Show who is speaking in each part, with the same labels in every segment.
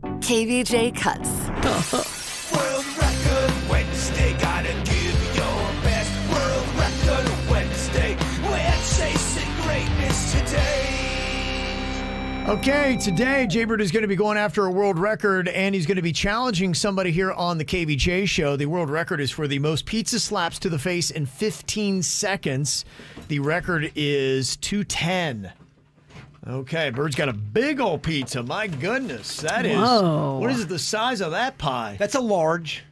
Speaker 1: KVJ cuts.
Speaker 2: World Record Wednesday, gotta give your best. World Record Wednesday, we're chasing greatness today.
Speaker 3: Okay, today Jaybird is going to be going after a world record and he's going to be challenging somebody here on the KVJ show. The world record is for the most pizza slaps to the face in 15 seconds. The record is 210. Okay, Bird's got a big old pizza. My goodness, that is.
Speaker 4: Whoa.
Speaker 3: What is the size of that pie?
Speaker 5: That's a large.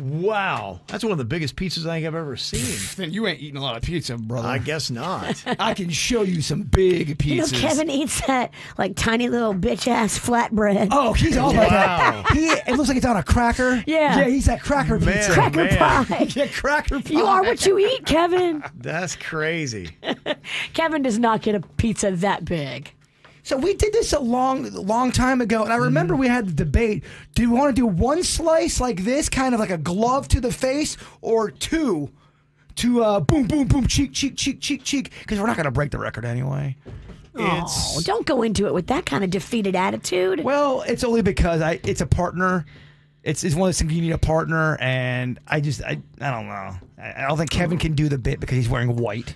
Speaker 3: Wow, that's one of the biggest pizzas I think I've ever seen.
Speaker 5: Then you ain't eating a lot of pizza, brother.
Speaker 3: I
Speaker 5: I,
Speaker 3: guess not.
Speaker 5: can show you some big pizzas.
Speaker 4: You know, Oh, Kevin eats that like tiny little bitch ass flatbread.
Speaker 5: Oh, he's all about
Speaker 3: Wow.
Speaker 5: that. He, it looks like it's on a cracker.
Speaker 4: Yeah.
Speaker 5: Yeah, he's that cracker pizza.
Speaker 3: Man, oh
Speaker 4: cracker
Speaker 3: man.
Speaker 4: pie.
Speaker 5: Yeah, cracker pie.
Speaker 4: You are what you eat, Kevin.
Speaker 3: That's crazy.
Speaker 4: Kevin does not get a pizza that big.
Speaker 5: So we did this a long, long time ago, and I remember we had the debate: Do we want to do one slice like this, kind of like a glove to the face, or two, to uh, boom, boom, boom, cheek, cheek, cheek, cheek, cheek? Because we're not going to break the record anyway.
Speaker 4: Oh, don't go into it with that kind of defeated attitude.
Speaker 5: Well, it's only because I it's a partner. It's, it's one of those things you need a partner, and I just I, I don't know. I, I don't think Kevin can do the bit because he's wearing white.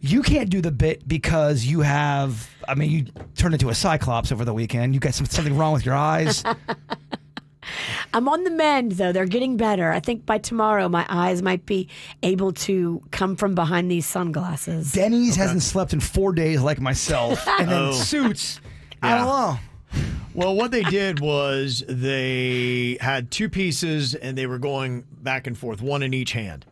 Speaker 5: You can't do the bit because you have. I mean, you turned into a cyclops over the weekend. You got some, something wrong with your eyes.
Speaker 4: I'm on the mend though. They're getting better. I think by tomorrow my eyes might be able to come from behind these sunglasses.
Speaker 5: Denny's hasn't slept in four days, like myself, and then suits. I don't know.
Speaker 3: Well, what they did was they had two pieces and they were going back and forth, one in each hand.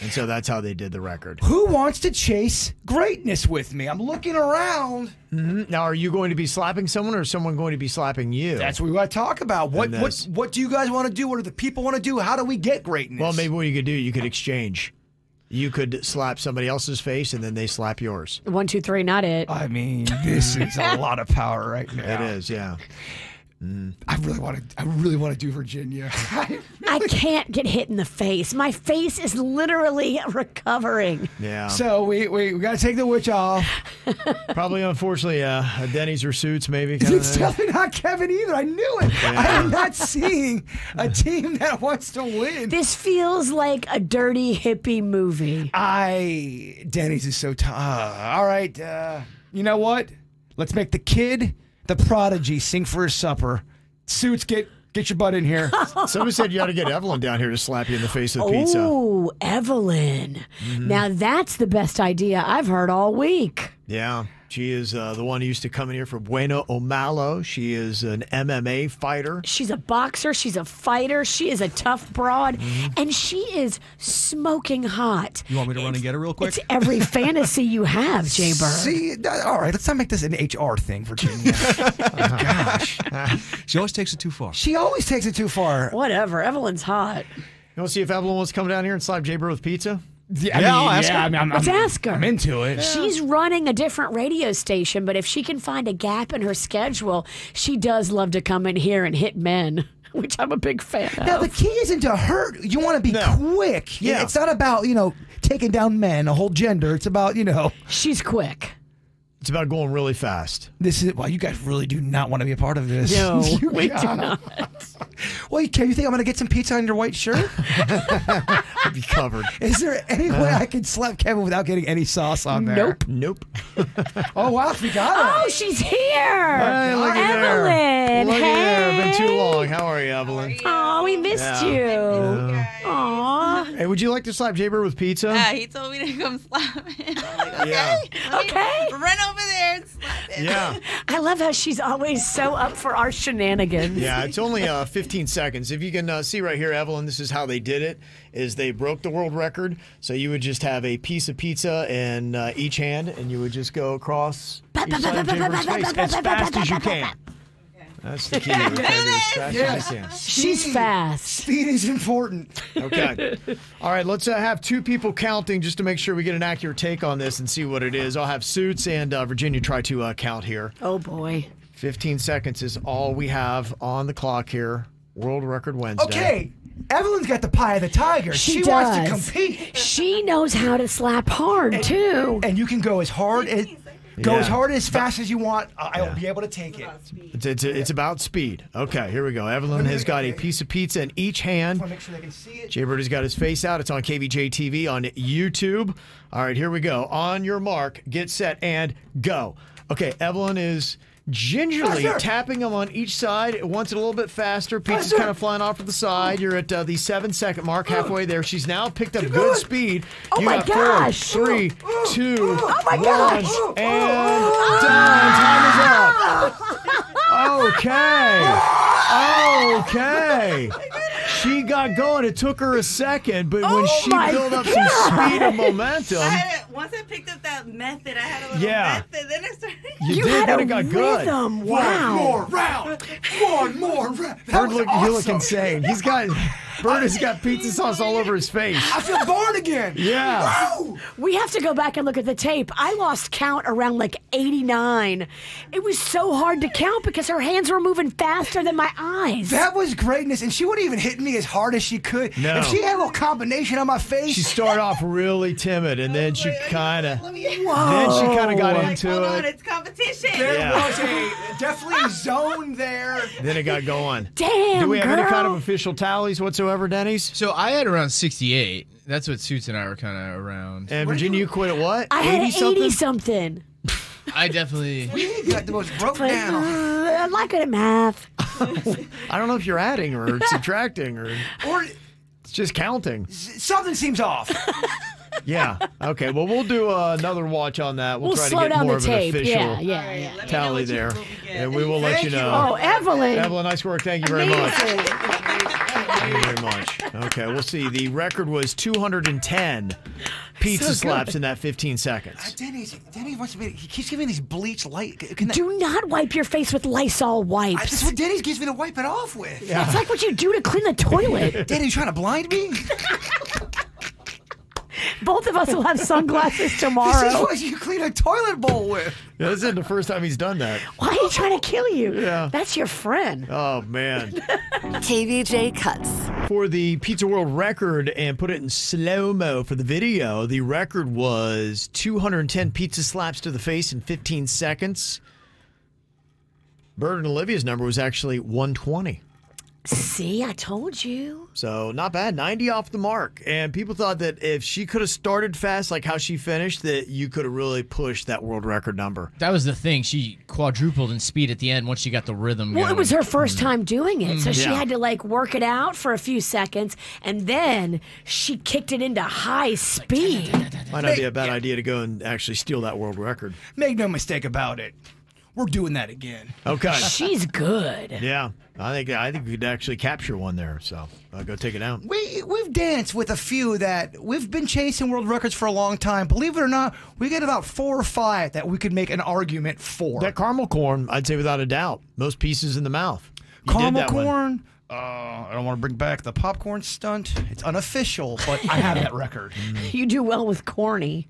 Speaker 3: And so that's how they did the record.
Speaker 5: Who wants to chase greatness with me? I'm looking around.
Speaker 3: Now, are you going to be slapping someone or is someone going to be slapping you?
Speaker 5: That's what we want to talk about. What
Speaker 3: And
Speaker 5: what
Speaker 3: this.
Speaker 5: what do you guys want to do? What do the people want to do? How do we get greatness?
Speaker 3: well, maybe what you could do, you could exchange. You could slap somebody else's face and then they slap yours.
Speaker 4: One, two, three, not it.
Speaker 5: I mean, this is a lot of power right now.
Speaker 3: It is, yeah.
Speaker 5: I really want to. I really want to do Virginia.
Speaker 3: Um,
Speaker 4: I can't get hit in the face. My face is literally recovering.
Speaker 3: Yeah.
Speaker 5: so we we, we got to take the witch off.
Speaker 3: Probably, unfortunately, uh, a Denny's or Suits, maybe. kinda
Speaker 5: It's
Speaker 3: thing.
Speaker 5: definitely not Kevin either. I knew it. I am not seeing a team that wants to win.
Speaker 4: This feels like a dirty hippie movie.
Speaker 5: I Denny's is so tough. All right, uh, you know what? Let's make the kid, the prodigy, sing for his supper. Suits, get get your butt in here.
Speaker 3: Somebody said you ought to get Evelyn down here to slap you in the face with pizza.
Speaker 4: Oh, Evelyn.
Speaker 6: Mm-hmm.
Speaker 4: Now that's the best idea I've heard all week.
Speaker 3: Yeah. She is uh, the one who used to come in here for Bueno O'Malo. She is an MMA fighter.
Speaker 4: She's a boxer. She's a fighter. She is a tough broad, and she is smoking hot.
Speaker 6: Mm-hmm. You want me to run and get her real quick?
Speaker 4: It's every fantasy you have, Jay Bird.
Speaker 5: See, th- all right, let's not make this an HR thing, Virginia. Gosh,
Speaker 6: She always takes it too far.
Speaker 5: she always takes it too far.
Speaker 4: Whatever. Evelyn's hot.
Speaker 3: You want to see if Evelyn wants to come down here and slap Jaybird with pizza?
Speaker 5: Yeah, I
Speaker 6: Yeah, I'll ask her.
Speaker 5: I mean, I'm,
Speaker 4: Let's
Speaker 5: I'm-
Speaker 4: ask her.
Speaker 5: I'm into it.
Speaker 4: She's running a different radio station, but if she can find a gap in her schedule, she does love to come in here and hit men, which I'm a big fan
Speaker 5: Now
Speaker 4: of.
Speaker 5: the key isn't to hurt. You want to be
Speaker 3: No.
Speaker 5: quick.
Speaker 3: Yeah.
Speaker 5: it's not about you know taking down men, a whole gender. It's about you know
Speaker 4: She's quick.
Speaker 3: It's about going really fast.
Speaker 5: this is. Well, you guys really do not want to be a part of this.
Speaker 4: No,
Speaker 5: You
Speaker 4: we do
Speaker 5: guys-
Speaker 4: not.
Speaker 5: Well, you- can you think I'm gonna get some pizza on your white shirt?
Speaker 3: I'd be covered.
Speaker 5: is there any way I can slap Kevin without getting any sauce on there?
Speaker 4: Uh-huh. Nope.
Speaker 3: Nope.
Speaker 5: Oh wow, we got
Speaker 4: Oh,
Speaker 5: it.
Speaker 4: she's here.
Speaker 3: Hey, look at there.
Speaker 4: Evelyn.
Speaker 3: Look at there.
Speaker 4: hey.
Speaker 3: Been too long. How are you, Evelyn?
Speaker 4: Oh, we missed
Speaker 3: Yeah.
Speaker 4: you. Aw.
Speaker 3: Hey, would you Uh, like to slap Jaybird with pizza?
Speaker 7: Yeah, he told me to come slap him.
Speaker 3: Yeah.
Speaker 4: Okay.
Speaker 7: Run over there and slap him.
Speaker 3: Yeah.
Speaker 4: I love how she's always so up for our shenanigans.
Speaker 3: Yeah, it's only uh, 15 seconds. If you can uh, see right here, Evelyn, this is how they did it: is they broke the world record. So you would just have a piece of pizza in uh, each hand, and you would just go across each side of Jaybird's face as fast as you can. That's the key. right there, is fast
Speaker 5: Yeah.
Speaker 3: hand stance.
Speaker 4: She's
Speaker 5: Speed.
Speaker 4: fast.
Speaker 5: Speed is important.
Speaker 3: Okay. All right, let's uh, have two people counting just to make sure we get an accurate take on this and see what it is. I'll have Suits and uh, Virginia try to uh, count here.
Speaker 4: Oh boy.
Speaker 3: 15 seconds is all we have on the clock here. World Record Wednesday.
Speaker 5: Okay, Evelyn's got the pie of the tiger.
Speaker 4: She
Speaker 5: She, wants to
Speaker 4: does.
Speaker 5: compete,
Speaker 4: She knows how to slap hard too.
Speaker 5: and you can go as hard as go
Speaker 3: Yeah.
Speaker 5: as hard as fast as you want. I, I will be able to take it.
Speaker 3: It's, it's, it's about speed. Okay, here we go. Evelyn has got a piece of pizza in each hand.
Speaker 5: I want to make sure they can see it.
Speaker 3: Jaybird has got his face out. It's on KVJ TV on YouTube. All right, here we go. On your mark, get set, and go. Okay, Evelyn is gingerly
Speaker 5: Oh, sure.
Speaker 3: tapping them on each side. It wants it a little bit faster. Pizza's
Speaker 5: sure.
Speaker 3: kind of flying off to the side. You're at uh, the seven second mark, halfway there. She's now picked up good
Speaker 5: going.
Speaker 3: speed.
Speaker 4: Oh,
Speaker 3: you
Speaker 4: my
Speaker 3: got
Speaker 4: gosh.
Speaker 3: Four, three,
Speaker 5: Oh,
Speaker 3: two,
Speaker 5: oh,
Speaker 4: my gosh.
Speaker 3: one, and done. Time is up.
Speaker 4: Ah!
Speaker 3: Okay.
Speaker 4: Oh
Speaker 3: Okay. She got going. It took her a second, but when
Speaker 4: Oh
Speaker 3: she
Speaker 4: my
Speaker 3: built up some speed and momentum,
Speaker 7: I had a, once I picked up that method, I had a little
Speaker 3: Yeah.
Speaker 7: method. Then I started.
Speaker 3: you,
Speaker 4: You
Speaker 3: did,
Speaker 4: had
Speaker 3: then
Speaker 4: a
Speaker 3: it got good.
Speaker 4: rhythm. Wow.
Speaker 5: One more round. One more round. That
Speaker 3: Bird,
Speaker 5: was
Speaker 3: look, you look
Speaker 5: awesome.
Speaker 3: insane. He's got Bird has got pizza sauce all over his face.
Speaker 5: I feel born again.
Speaker 3: Yeah.
Speaker 5: Woo!
Speaker 4: We have to go back and look at the tape. I lost count around like 89. It was so hard to count because her hands were moving faster than my eyes.
Speaker 5: That was greatness, and she wouldn't even hit me as hard as she could.
Speaker 3: No.
Speaker 5: If she had a little combination on my face,
Speaker 3: She started off really timid, and then she kind of then
Speaker 7: Let me.
Speaker 3: she kind of got
Speaker 7: Like, hold on,
Speaker 3: into it.
Speaker 7: it's competition.
Speaker 5: there
Speaker 3: Yeah.
Speaker 5: was a definitely a zone there.
Speaker 3: Then it got going.
Speaker 4: Damn,
Speaker 3: Do we have
Speaker 4: girl.
Speaker 3: any kind of official tallies whatsoever, Denny's?
Speaker 8: So I had around 68. That's what Suits and I were kind of around.
Speaker 3: And Uh, Virginia, you quit at what?
Speaker 4: I had 80 something.
Speaker 8: I definitely.
Speaker 5: We got the most broke
Speaker 4: But,
Speaker 5: down.
Speaker 4: uh, I'm not good at math.
Speaker 3: I don't know if you're adding or subtracting or
Speaker 5: Or
Speaker 3: it's just counting.
Speaker 5: something seems off.
Speaker 3: Yeah. Okay. Well, we'll do uh, another watch on that. We'll,
Speaker 4: We'll
Speaker 3: try
Speaker 4: slow
Speaker 3: to get
Speaker 4: down
Speaker 3: more
Speaker 4: the
Speaker 3: of
Speaker 4: tape.
Speaker 3: an official
Speaker 4: Yeah,
Speaker 7: All
Speaker 4: yeah,
Speaker 7: right,
Speaker 4: yeah.
Speaker 7: let me know
Speaker 3: tally
Speaker 7: what you
Speaker 3: there,
Speaker 7: will be good.
Speaker 3: and we will let you
Speaker 5: Thank you.
Speaker 3: know.
Speaker 4: Oh, Evelyn.
Speaker 3: Evelyn, nice work. Thank you very much.
Speaker 4: Amazing.
Speaker 3: Thank you very much. Okay, we'll see. The record was 210 pizza
Speaker 4: So good.
Speaker 3: slaps in that 15 seconds.
Speaker 5: Denny's, Denny wants to be. He keeps giving me these bleach light. Can that,
Speaker 4: Do not wipe your face with Lysol
Speaker 5: I- that's
Speaker 4: wipes.
Speaker 5: what Denny's gives me to wipe it off with.
Speaker 4: That's like what you do to clean the toilet.
Speaker 5: Denny's trying to blind me. this is
Speaker 4: Both of us will have sunglasses tomorrow.
Speaker 5: what you clean a toilet bowl with.
Speaker 3: Yeah, this isn't the first time he's done that.
Speaker 4: Why are you trying to kill you?
Speaker 3: Yeah.
Speaker 4: That's your friend.
Speaker 3: Oh, man.
Speaker 1: KVJ Cuts.
Speaker 3: For the Pizza World record and put it in slow mo for the video, the record was 210 pizza slaps to the face in 15 seconds. Bird and Olivia's number was actually 120.
Speaker 4: See, I told you.
Speaker 3: So not bad, 90 off the mark. And people thought that if she could have started fast, like how she finished, that you could have really pushed that world record number.
Speaker 8: That was the thing. She quadrupled in speed at the end once she got the rhythm.
Speaker 4: Well,
Speaker 8: going.
Speaker 4: it was her first time doing it, so she
Speaker 3: Yeah.
Speaker 4: had to like work it out for a few seconds, and then she kicked it into high speed.
Speaker 3: Might not be a bad idea to go and actually steal that world record.
Speaker 5: Make no mistake about it. We're doing that again.
Speaker 3: Okay.
Speaker 4: She's good.
Speaker 3: yeah, I think I think we could actually capture one there. So uh, go take it out.
Speaker 5: We we've danced with a few that we've been chasing world records for a long time. Believe it or not, we got about four or five that we could make an argument for.
Speaker 3: That caramel corn, I'd say without a doubt, most pieces in the mouth. You did
Speaker 5: caramel
Speaker 3: that one.
Speaker 5: corn. Uh, I don't want to bring back the popcorn stunt. It's unofficial, but I have that record.
Speaker 4: You do well with corny.